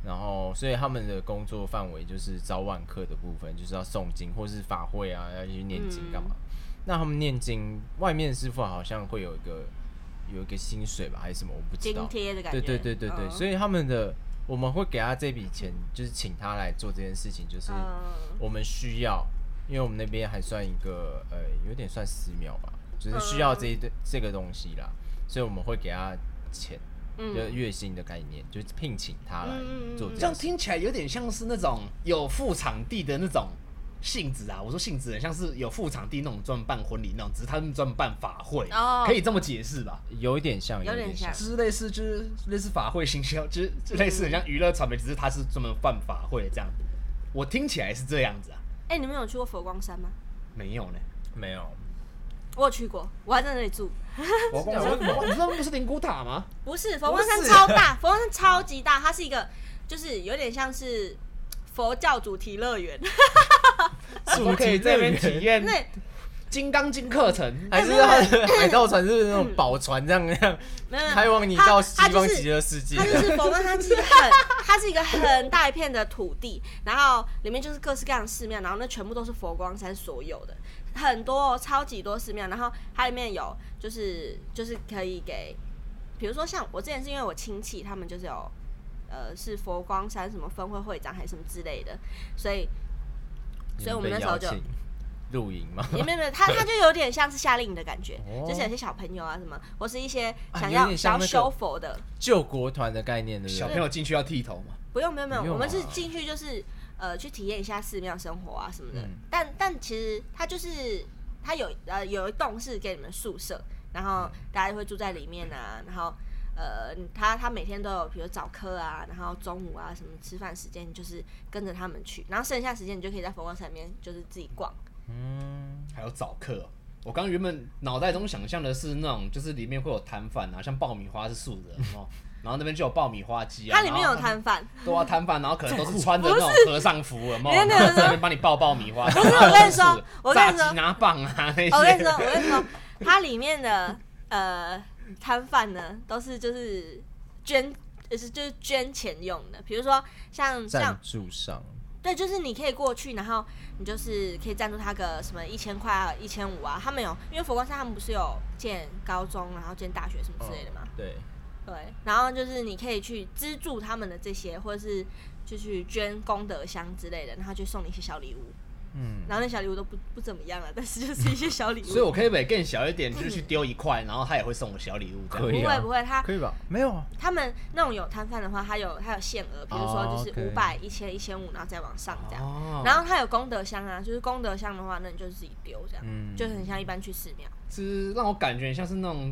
C: 然后，所以他们的工作范围就是早晚课的部分，就是要诵经或是法会啊，要去念经干嘛。
A: 嗯
C: 那他们念经，外面的师傅好像会有一个有一个薪水吧，还是什么，我不知道
A: 津。贴的感觉。嗯
C: 对对对对对，所
A: 以
C: 以他们的我们会给他这笔钱，就是请他来做这件事情，就是
A: 嗯，
C: 我们需要，因为我们那边还算一个呃，有点算寺庙吧，就是
A: 嗯
C: 需要这一对、这个东西啦，所以我们会给他钱，
A: 嗯
C: 就月薪的概念，就是聘请他来做嗯这
B: 这样
C: 件事。
B: 听起来有点像是那种有副场地的那种性质啊。我说性质很像是有副场地那种专门办婚礼那种，只是他们专门办法会，
A: 哦
B: 可以这么解释吧？
C: 有一点像，
A: 有
C: 点
A: 点像
B: 就是类似就是类似法会行销，就是就类似很像娱乐传媒，只是他是专门办法会这样。我听起来是这样子啊，
A: 哎、你们有去过佛光山吗？
B: 没有呢。
C: 没有，
A: 我有去过，我还在那里住。
B: 我
C: 光山
B: 你知道不是灵骨塔吗？
A: 不是，佛光山
C: 不是哦
A: 超大，佛光山超级大，它是一个就是有点像是佛教主题乐园。
C: 哎
B: 我可以在那边体验
A: 那
B: 金刚经课程，
C: 还是他 的海盗船是不是那种宝船这样这样
A: 没有
C: 开往你到西方极乐世界
A: 它？嗯就是佛光山，其实很，它是一个很大一片的土地，然后里面就是各式各样的寺庙，然后那全部都是佛光山所有的，很多哦超级多寺庙，然后它里面有就是就是可以给，比如说像我之前是因为我亲戚他们就是有，呃，是佛光山什么分会会长还是什么之类的，所以所以我们那时候就
C: 你被邀请露营嘛，
A: 也没有没有，他他就有点像是夏令营的感觉，
C: 哦
A: 就是有些小朋友啊什么，或是一些
C: 啊
A: 想
C: 有
A: 要
C: 点
A: 想
C: 像
A: 要
C: 那个
A: 修佛的，
C: 救国团的概念，对不
B: 小朋
C: 对？
B: 友进去要剃头嘛？
A: 不用，不用，不用，
C: 不用
A: 我们是
C: 啊
A: 进去就是呃去体验一下寺庙生活啊什么的。
C: 嗯
A: 但但其实它就是它有呃有一栋是给你们宿舍，然
C: 嗯
A: 后大家会住在里面啊，然后呃他他每天都有比如早课啊，然后中午啊什么吃饭时间你就是跟着他们去，然后剩下时间你就可以在佛光山里面就是自己逛。
C: 嗯，
B: 还有早课哦、我刚原本脑袋中想象的是那种，就是里面会有摊贩啊，像爆米花是素的哦，然后那 边就有爆米花
C: 嗯
B: 机啊，
A: 它里面
B: 然后
A: 有摊贩，
B: 对啊，摊贩，然后可能都是穿着那种和尚服，有没有？
A: 没有没有
B: 然后在那边帮你爆爆米花，不
A: 是我 跟你说我跟你说
B: 炸鸡拿棒啊那些，
A: 哦 我跟你 说，我跟你说，它里面的呃摊贩呢，都是就是捐，就是就是捐钱用的。比如说像像
C: 赞助上
A: 对，就是你可以过去，然后你就是可以赞助他个什么一千块啊、一千五啊。他们有，因为佛光山他们不是有建高中，然后建大学什么之类的嘛。
C: 哦对，
A: 对，然后就是你可以去资助他们的这些，或者是就去捐功德箱之类的，然后就送你一些小礼物。
C: 嗯，
A: 然后那小礼物都不不怎么样了，啊但是就是一些小礼物。
B: 所以我可以买更小一点，就是去丢一块，然后他也会送我小礼物这样。
A: 不
C: 可
A: 会
C: 以啊
A: 不会，他
C: 可以吧？没有啊，
A: 他们那种有摊贩的话，它有它有限额，比如说就是
C: 哦
A: 五
C: ，OK
A: 百、一千、一千五，然后再往上这样。
B: 哦
A: 然后它有功德箱啊，就是功德箱的话，那你就自己丢这样，
C: 嗯
A: 就很像一般去寺庙。
B: 是让我感觉像是那种，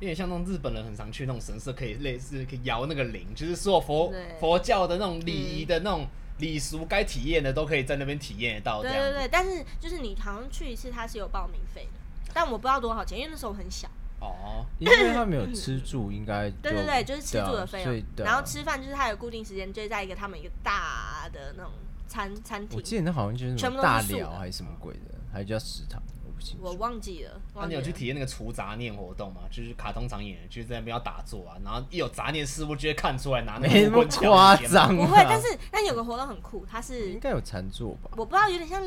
B: 有点像那种日本人很常去那种神社，可以类似可以摇那个铃，就是所有佛
A: 对
B: 佛教的那种礼仪的那种礼俗该体验的都可以在那边体验得到。这
A: 对
B: 样
A: 对
B: 子
A: 对，但是就是你好像去一次，它是有报名费的，但我不知道多少钱，因为那时候我很小。
B: 哦，
C: 因为他没有吃住，应该就
A: 对对对，就是吃
C: 对啊
A: 住的费
C: 所以
A: 用，
C: 对啊
A: 然后吃饭就是它有固定时间，就是在一个他们一个大的那种餐餐
C: 我记
A: 厅，
C: 得那好像就是什
A: 全部
C: 么
A: 都是
C: 大
A: 素的
C: 寮还是什么鬼的，还叫食堂，我不清
A: 我
C: 楚。
A: 忘记了。
B: 那
A: 忘
B: 你
A: 记
C: 啊
B: 有
A: 了
B: 去体验那个除杂念活动吗？就是卡通常演的，就是在那边要打坐啊，然后一有杂念，师傅就会看出来拿那
C: 没
B: 个
C: 那
B: 木
C: 么
B: 棍敲
C: 夸
B: 你肩膀
C: 张啊，
A: 不会，但是但有个活动很酷，它是
C: 应该有禅坐吧？
A: 我不知道，有点像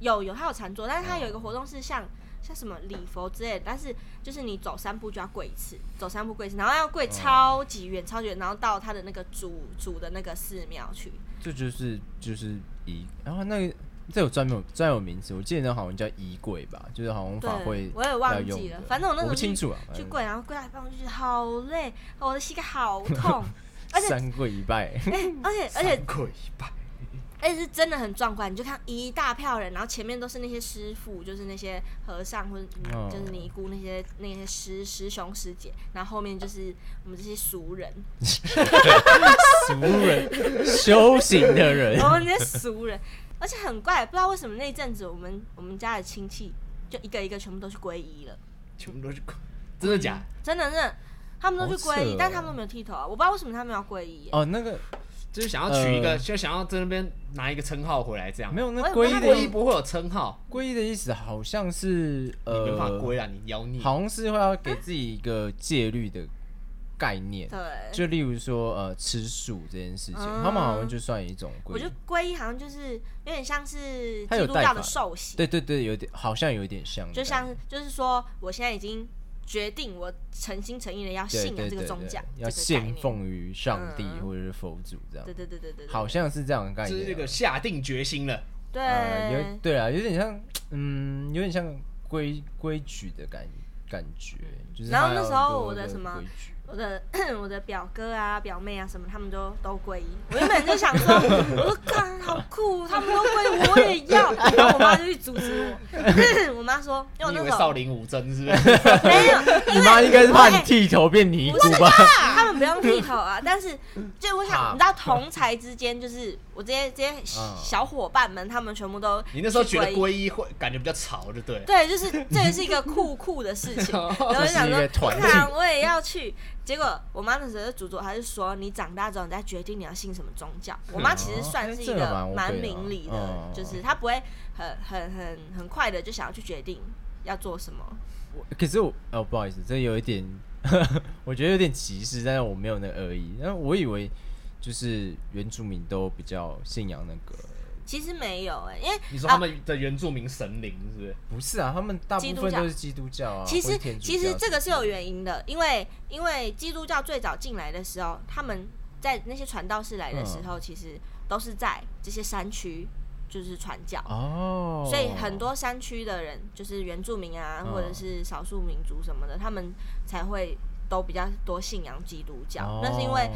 A: 有有它有禅坐，但是它有一个活动是像像什么礼佛之类的，但是就是你走三步就要跪一次，走三步跪一次，然后要跪超级远、超级远，然后到它的那个主主的那个寺庙去。哎
C: 这就是就是仪，然后那个这有专门专有名词，我记得那好像叫衣柜吧，就是好像法会
A: 对，我也
C: 要
A: 忘
C: 用
A: 记了
C: 的，
A: 反正我那时
C: 我
A: 候
C: 不
A: 去
C: 清楚啊，
A: 去
C: 反正
A: 跪，然后跪到一半我就觉得好累，哦我的膝盖好痛，而且
C: 三跪一拜，
A: 而且而且
B: 三跪一拜，
A: 而且是真的很壮观，你就看一大票人，然后前面都是那些师傅，就是那些和尚或者、嗯
C: 哦
A: 就是尼姑那些那些师师兄师姐，然后后面就是我们这些俗人，
C: 俗人修行的人
A: 我，们这些哦俗人，而且很怪，不知道为什么那一阵子我们我们家的亲戚就一个一个全部都去皈依了，
B: 全部都是跪，真的假的？
A: 真的真的，他们都去皈
C: 好扯
A: 依，
C: 哦
A: 但他们都没有剃头啊，我不知道为什么他们要皈依耶、
C: 哦，那个
B: 就是想要取一个，
C: 呃
B: 就想要在那边拿一个称号回来，这样
C: 没有那
A: 我也不太
C: 皈依
B: 皈依
C: 的
B: 不会有称号，
C: 皈依的意思好像是
B: 你没办法
C: 呃，
B: 皈啊，你妖孽。
C: 好像是会要给自己一个戒律的概念。
A: 对，
C: 就例如说，呃，吃素这件事情，
A: 嗯
C: 他们好像就算一种
A: 我
C: 规
A: 觉，得皈依好像就是有点像是
C: 它
A: 基
C: 有
A: 督
C: 带
A: 教的
C: 法
A: 受洗，
C: 对对对，有点好像有点像的感觉，
A: 就像就是说，我现在已经决定，我诚心诚意的要
C: 对
A: 信仰
C: 对
A: 这个
C: 对
A: 宗
C: 对
A: 教，
C: 要
A: 这个概
C: 信
A: 念。
C: 奉于上帝
A: 嗯
C: 或者是佛祖这样
A: 对，对对对对，对
C: 好像是这样的概
B: 就
C: 念
B: 是
C: 啊。
B: 这个下定决心了，
A: 对、
C: 呃，有对啊，有点像，嗯，有点像规规矩的感感觉，就是
A: 然后
C: 它
A: 那
C: 要
A: 时候
C: 多
A: 我的
C: 一个
A: 什么
C: 规矩
A: 我的 我的表哥啊、表妹啊什么，他们都都皈依。我原本就想说， 我说看好酷，他们都皈依，我也要。然后我妈就去阻止我， 我妈说，哎因为我
B: 你以
A: 那
B: 为
A: 时
B: 少
A: 候
B: 林武僧是不 是？
A: 没 有，
C: 你妈应该是怕
A: 我哎
C: 你剃头变尼姑
A: 不是
C: 吧？
A: 他们不用剃头啊， 但是就我
C: 怕
A: 想，你知道同才之间，就是我这些这些
C: 嗯
A: 小伙伴们，他们全部都
B: 你那时候
A: 去
B: 觉得
A: 依
B: 皈依会感觉比较潮，就对了。
C: 哦
A: 对，就是这也是一个酷酷的事情，然后就想
C: 这是
A: 说，
C: 一个团体
A: 看我也要去，结果我妈那时候就诅咒，还是说你长大之后你再决定你要信什么宗教。我妈其实算是一
C: 哎这个
A: 个
C: 蛮 OK 的
A: 蛮明理的
C: 嗯，
A: 就是她不会很很很很快的就想要去决定要做什么。
C: 可是我哦，不好意思，这有一点， 我觉得有点歧视，但是我没有那个恶意。但我以为就是原住民都比较信仰那个，
A: 其实没有哎、因为
B: 你说他们的原住民神灵是不是？
C: 不是啊，他们大
A: 基
C: 部
A: 督
C: 分
A: 教
C: 都是基督教啊。
A: 其
C: 或
A: 实
C: 是天主
A: 其实
C: 教
A: 这个是
C: 之类的
A: 有原因的，因为因为基督教最早进来的时候，他们在那些传道士来的时候，其实都是在这些山区就是传教。
C: 哦，
A: 所以很多山区的人，就是原住民啊，
C: 嗯
A: 或者是少数民族什么的，他们才会都比较多信仰基督教。
C: 哦
A: 那是因为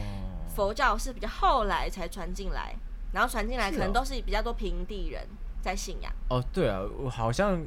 A: 佛教是比较后来才传进来，然后传进来
C: 是
A: 可
C: 哦
A: 能都是比较多平地人在信仰。
C: 哦，对啊，我好像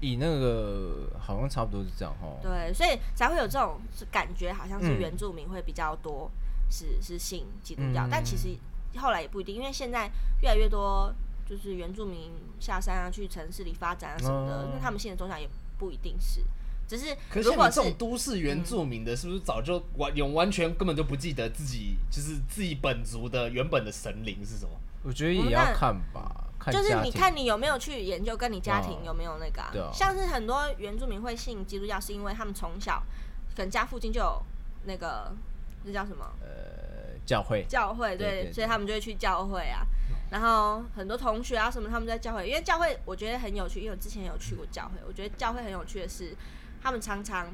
C: 以那个好像差不多是这样哦。
A: 对，所以才会有这种感觉，好像是
C: 嗯
A: 原住民会比较多是、是信基督教，
C: 嗯
A: 但其实后来也不一定，因为现在越来越多就是原住民下山啊，去城市里发展啊什么的，
C: 哦
A: 那他们信的宗教也不一定是，只是
B: 可是
A: 如
B: 像你
A: 果
B: 这种都市原住民的，是不是早就完有完全根本就不记得自己就是自己本族的原本的神灵是什么？
C: 我觉得
A: 嗯
C: 也要
A: 那
C: 看吧，看
A: 就是
C: 家
A: 你
C: 庭
A: 看你有没有去研究跟你家庭有没有那个、
C: 对啊
A: 像是很多原住民会信基督教，是因为他们从小可能家附近就有那个那叫什么？
C: 呃教会
A: 教会，对，
C: 对对嗯
A: 所以他们就会去教会啊。然后很多同学啊什么，他们在教会，因为教会我觉得很有趣，因为我之前有去过教会，我觉得教会很有趣的是，他们常常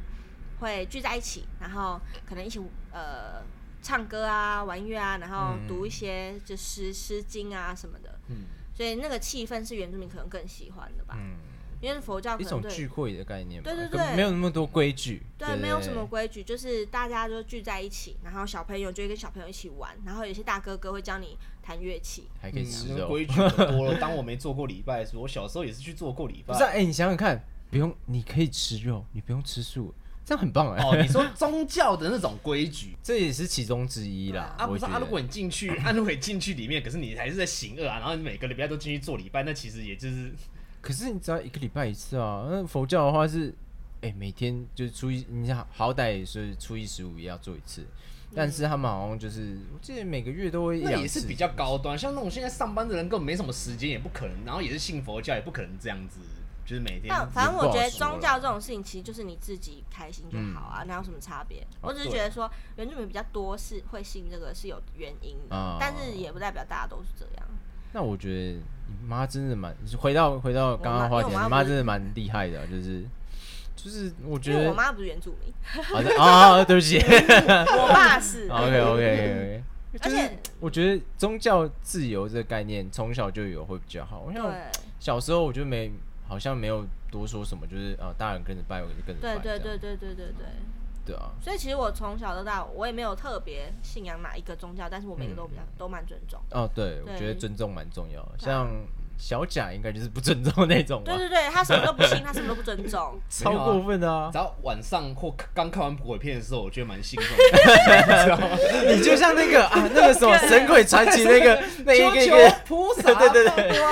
A: 会聚在一起，然后可能一起呃唱歌啊、玩乐啊，然后
C: 嗯
A: 读一些就诗诗经啊什么的，
B: 嗯，
A: 所以那个气氛是原住民可能更喜欢的吧，
C: 嗯
A: 因为佛教可
C: 一
A: 能
C: 种
A: 对
C: 聚会的概念吧，
A: 对对
C: 根本
A: 对
C: 没有那么多规矩，
A: 对，啊没有什么规矩，就是大家就聚在一起，然后小朋友就会跟小朋友一起玩，然后有些大哥哥会教你弹乐器，
C: 还可以吃
B: 嗯
C: 肉，
B: 规矩可多了。当我没做过礼拜的时候，我小时候也是去做过礼拜
C: 不。是、啊，哎、你想想看，不用，你可以吃肉，你不用吃素，这样很棒哎、
B: 哦，你说宗教的那种规矩
C: 这也是其中之一啦。
B: 啊，不
C: 我
B: 是
C: 觉
B: 啊？
C: 得
B: 如果你进去，啊，如果你进去里面，可是你还是在行恶啊，然后你每个礼拜都进去做礼拜，那其实也就是
C: 可是你只要一个礼拜一次啊。那佛教的话是，哎、每天就是初一，你好好歹也是初一十五也要做一次，
A: 嗯
C: 但是他们好像就是，我记得每个月都会一
B: 那
C: 两
B: 也
C: 次
B: 是。比较高端。像那种现在上班的人根本没什么时间，也不可能，然后也是信佛教，也不可能这样子，就是每天。
A: 但反正我
C: 不好
A: 觉得
C: 说
A: 宗
C: 了
A: 教这种事情，其实就是你自己开心就好
B: 嗯
A: 啊，哪有什么差别？
B: 哦
A: 我只是
C: 对
A: 觉得说原住民比较多是会信这个是有原因的，
B: 哦
C: 啊
A: 但是也不代表大家都是这样。
C: 那我觉得你妈真的蛮，回到回到刚刚的话题
A: 我妈因为我
C: 啊，
A: 妈
C: 你妈
A: 不是
C: 真的蛮厉害的啊、就是就是我觉
A: 因为
C: 得
A: 我妈不是原住 民，
C: 好的啊、对不起。
A: 我爸是，
B: 哦
C: OK OK OK，
A: 而且
C: 我觉得宗教自由这个概念从小就有会比较好。我像
A: 对
C: 小时候我就没好像没有多说什么，就是啊、呃大人跟着拜，我就跟着拜
A: 对
C: 这
A: 对对
C: 样。
A: 对对对对。
C: 对啊，
A: 所以其实我从小到大，我也没有特别信仰哪一个宗教，但是我每个都比较、
B: 嗯
A: 都蛮尊重。
C: 哦对，
A: 对
C: 我觉得尊重蛮重要的。
A: 对啊
C: 像小贾应该就是不尊重那种吧
A: 对，对对，他什么都不信，他什么都不尊 重。
B: 没有
C: 超
B: 啊
C: 过分的啊
B: 只！要晚上或刚看完鬼片的时候，我觉得蛮兴奋 的，你知道吗？
C: 你就像那个啊，那 个什么《神鬼传奇》那个那一个一
B: 求
C: 个
B: 求菩萨，
C: 对对对
B: 啊，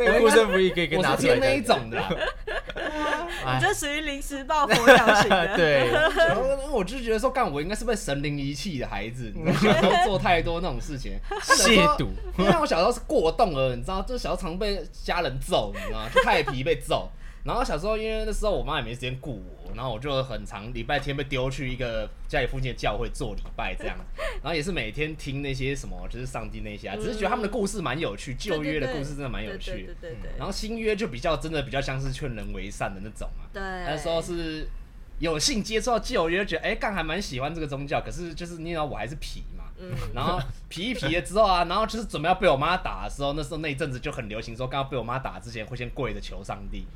C: 那个护身符一个一个拿
B: 我是
C: 出来
B: 偏
C: 这
B: 那一
C: 样子，
B: 种的啦。
A: 你
C: 哎
A: 就属于临时抱佛脚型
B: 哎
A: 的。
C: 对，
B: 然后我就觉得说，干我应该是被神灵遗弃的孩子，你 知道吗做太多那种事情，
C: 亵渎。
B: 因为我小时候是过动儿，你知道，就小时候常被家人揍，你知道吗？就太皮被揍。 然后小时候因为那时候我妈也没时间顾我，然后我就很常礼拜天被丢去一个家里附近的教会做礼拜这样， 然后也是每天听那些什么就是上帝那些啊，只是觉得他们的故事蛮有趣，旧约的故事真的嗯蛮
A: 嗯
B: 有
A: 对
B: 趣
A: 对。对对对
B: 然后新约就比较真的比较像是劝人为善的那种啊，
A: 对，
B: 那时候是有幸接触到旧约，觉得哎，干、还蛮喜欢这个宗教。可是就是你知道我还是皮嘛，
A: 嗯
B: 然后皮一皮了之后啊，然后就是准备要被我妈打的时候，那时候那一阵子就很流行说，刚刚被我妈打之前会先跪着求上帝。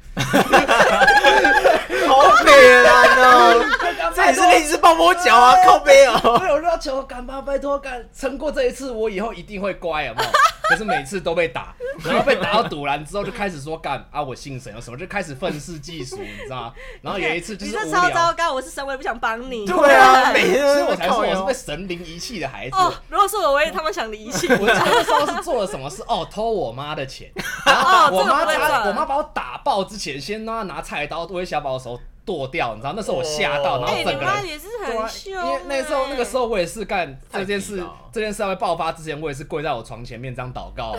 C: 好北蓝哦， 这也是另一只抱摸脚 啊，靠背哦。
B: 对，我就要求干妈，拜托干，撑过这一次，我以后一定会乖，有没有？可是每次都被打，然后被打到堵然之后，就开始说干啊，我信神有什么，就开始愤世嫉俗，你知道吗？然后有一次就
A: 你
B: 是
A: 这
B: 无
A: 超糟
B: 聊，
A: 糕，我是神，我也不想帮你。
C: 对 啊，每天
B: 所以
C: 都
B: 我
C: 在
B: 才说
C: 靠
B: 我是
C: 腰
B: 被神灵遗弃的孩子。
A: 哦，如果是我，我也他妈想离弃。
B: 我那时候是做了什么事？哦，偷我妈 的钱。然
A: 哦
B: 后我
A: 这个
B: 妈
A: 不会
B: 家，
A: 做
B: 我妈把我打爆之前，先让她拿菜刀威胁把我手剁掉，你知道那时候我吓到，然后
A: 哎、
B: 整
A: 你
B: 个
A: 妈
B: 人。
A: 也是
B: 对啊
A: 很凶、
B: 因为那时候那个时候我也是干
C: 太
B: 这件事
C: 皮了，
B: 这件事还没爆发之前，我也是跪在我床前面这样祷告 啊，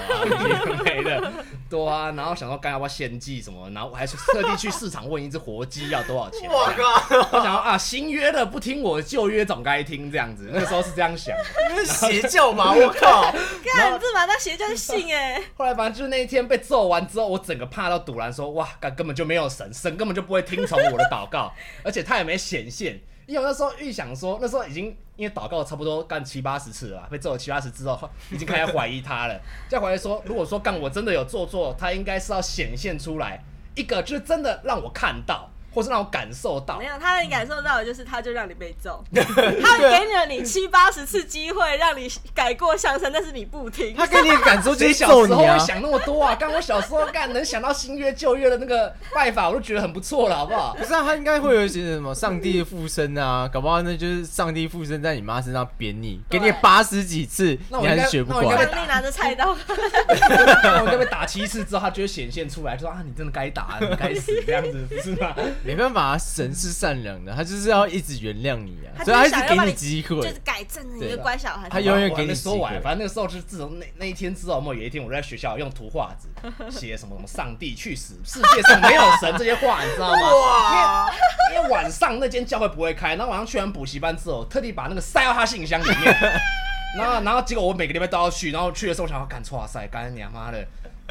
B: 没的，对啊，然后想说干要不要献祭什么，然后我还是特地去市场问一只活鸡要多少钱，
C: 我靠，
B: 我想要啊新约的不听我旧约总该听这样子，那个时候是这样想的。
C: 那是邪教嘛！我靠，
B: 然
A: 欸干
B: 后
A: 这把那邪教信 哎、
B: 后来反正就是那一天被揍完之后，我整个怕到堵然说，哇，干根本就没有神，神根本就不会听从我的祷告，而且他也没显现。因为我那时候预想说，那时候已经因为祷告差不多干七八十次了吧，被揍了七八十次之后，已经开始怀疑他了。再怀疑说，如果说干我真的有做错，他应该是要显现出来，一个就是真的让我看到，或是让我感受到
A: 没。有，他能感受到的就是，他就让你被 揍，他给了你七八十次机会让你改过向善，但是你不听。
C: 他给你的感受就
B: 谁
C: 是
B: 小
C: 揍
B: 时
C: 你
B: 候
C: 啊
B: 会！想那么多啊？刚我小时候干能想到新约旧约的那个拜法，我就觉得很不错了，好不好
C: 不？是啊，他应该会有一些什么上帝附身啊，搞不好那就是上帝附身在你妈身上扁你，给你
A: 对
C: 八十几次，
B: 那我
C: 你还
B: 应
C: 是
B: 该
C: 学不
B: 那我应该
A: 上
C: 乖
B: 被。打
A: 帝拿着菜刀，
B: 那我应该被打七次之后，他就会显现出来，就说啊，你真的该打，你该死，这样子不是吗？
C: 没办法啊，神是善良的，他就是要一直原谅你啊，
A: 他
C: 所以
A: 就是
C: 他一
A: 想
C: 直
A: 要
C: 给
A: 把
C: 你
A: 你
C: 机
A: 就
C: 会
A: 是。改正你
C: 对
B: 啊
A: 一个乖小孩。
C: 他永 远
B: 我
C: 给
B: 还
C: 你
B: 没说
C: 机
B: 完，
C: 会
B: 反正那个时候就是自从那那一天之后，我们有一天我在学校用图画纸写什么什么上帝去死，世界上没有神这些话，你知 道吗？ 因为因为晚上那间教会不会开，然后晚上去完补习班之后，特地把那个塞到他信箱里面。 然后，然后结果我每个礼拜都要去，然后去的时候我想要干错塞，干你妈的！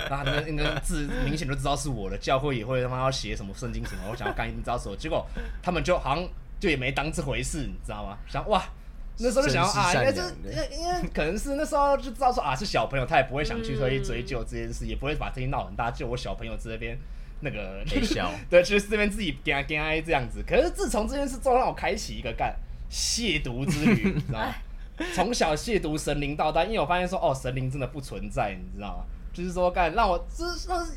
B: 然后那个那个字明显就知道是我的，教会也会他妈要写什么圣经什么，我想要干你知道什么，结果他们就好像就也没当这回事，你知道吗？想哇，那时候就想要
C: 真是
B: 啊，应
C: 善
B: 该
C: 良
B: 就
C: 的
B: 是因为因为可能是那时候就知道说啊是小朋友，他也不会想去特
C: 嗯
B: 意追究这件事，也不会把这件闹很大，就我小朋友这边那个
C: 被笑
B: 对，就是这边自己干干这样子。可是自从这件事之后，让我开启一个干亵渎之旅，你知道吗？从小亵渎神灵到大，因为我发现说哦，神灵真的不存在，你知道吗？就是说干让我这算是。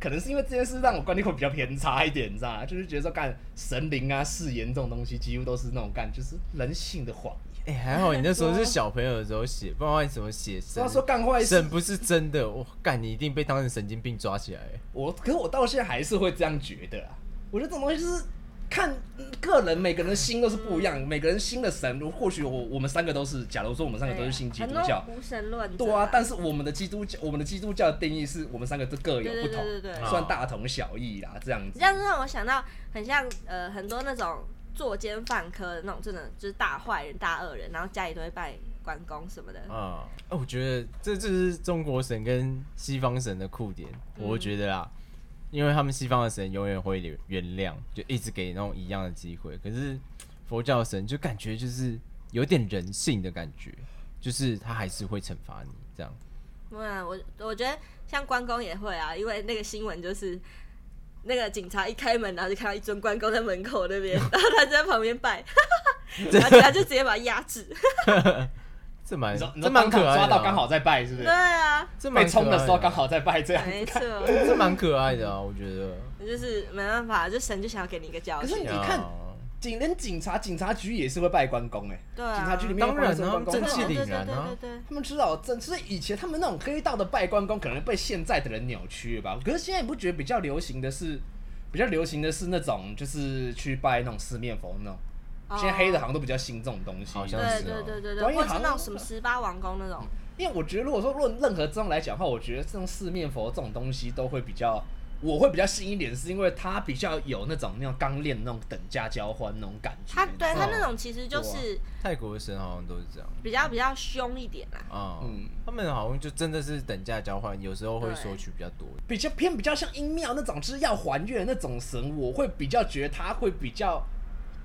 B: 可能是因为这件事让我观念会比较偏差一点，你知道吗？就是觉得说干神灵啊、誓言这种东西，几乎都是那种干就是人性的谎言。
C: 哎、还好你那时候是小朋友的时候写，不然的话你怎么写神
B: 他？ 说干坏事
C: 神，不是真的，我干你一定被当成神经病抓起来。
B: 我可是我到现在还是会这样觉得啊。我觉得这种东西就是看个人，每个人的心都是不一样，每个人心的神，或许我我们三个都是，假如说我们三个都是信基督教，
A: 无神论者啊。
B: 对啊，但是我们的基督教，我们的基督教的定义是我们三个都各有不
A: 对对
B: 同
A: 对对
C: 对，
B: 虽然大同小异啦，这样子
A: 这。样子让我想到很像呃很多那种作奸犯科的那种，真的就是大坏人、大恶人，然后家里都会拜关公什么的。
C: 啊、哎我觉得这就是中国神跟西方神的酷点，我觉得啦，因为他们西方的神永远会原原谅，就一直给那种一样的机会，可是佛教神就感觉就是有点人性的感觉，就是他还是会惩罚你这样。
A: 嗯，我我觉得像关公也会啊，因为那个新闻就是那个警察一开门，然后就看到一尊关公在门口那边，然后他就在旁边拜，然后警察就直接把他压制。
C: 这蛮
B: 你说你
C: 这
B: 说当
C: 蛮可
B: 场
C: 爱的
B: 抓
C: 啊、
B: 到刚好在拜，是不
A: 对
B: 是？
A: 啊，
C: 这蛮
B: 被冲的时候
C: 可爱
B: 刚
C: 啊
B: 好在拜，这样。
A: 没错，
C: 这蛮可爱的啊，我觉得。
A: 就是没办法，就神就想要给你一个教
B: 可是
A: 训。
B: 你看
C: 啊，
B: 警连警察警察局也是会拜关公哎、
A: 对啊
B: 警察局里面
C: 当然啊
B: 会拜关公
C: 正
B: 他们
C: 气
A: 对对
C: 凛
A: 对
C: 然啊
A: 对对对。
B: 他们知道正，所以以前他们那种黑道的拜关公，可能被现在的人扭曲了吧？可是现在你不觉得比较流行的是，比较流行的是那种就是去拜那种四面佛那种，
A: 哦
B: 现在黑的好像都比较兴这种东西。
C: 好像
A: 对
C: 是哦
A: 对对对
B: 关
A: 对，
B: 于
A: 或者
B: 好
A: 是
B: 像
A: 那种什么十八王公那种，
B: 因为我觉得如果说论任何这种来讲的话，我觉得这种四面佛这种东西都会比较，我会比较信一点，是因为它比较有那种那种刚练那种等价交换那种感觉。
A: 他对他
C: 哦
A: 那种其实就
B: 对啊
A: 是
C: 泰国的神好像都是这样
A: 比较比较凶一点啦。
C: 啊，
B: 嗯
C: 他们好像就真的是等价交换，有时候会
A: 对
C: 收取比较多。
B: 比较偏比较像阴庙那种，就是要还愿的那种神，我会比较觉得他会比较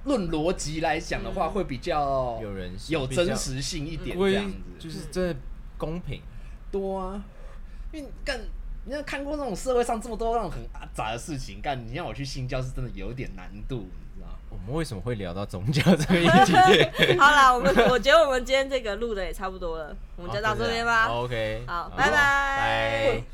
B: 论逻辑来讲的话，会比较
C: 有人性
B: 有真实性一点这
C: 归
B: 样
C: 就
B: 子，
C: 是真的公平，
B: 多啊。因为干，你要看过那种社会上这么多那种很阿杂的事情，干你让我去信教是真的有点难度，你知道吗？
C: 我们为什么会聊到宗教这个议题？
A: 好 啦，我们我觉得我们今天这个录的也差不多了，我
C: 我
A: 们就到这边吧。
C: 哦 OK，
A: 好，
C: 好
A: 拜拜。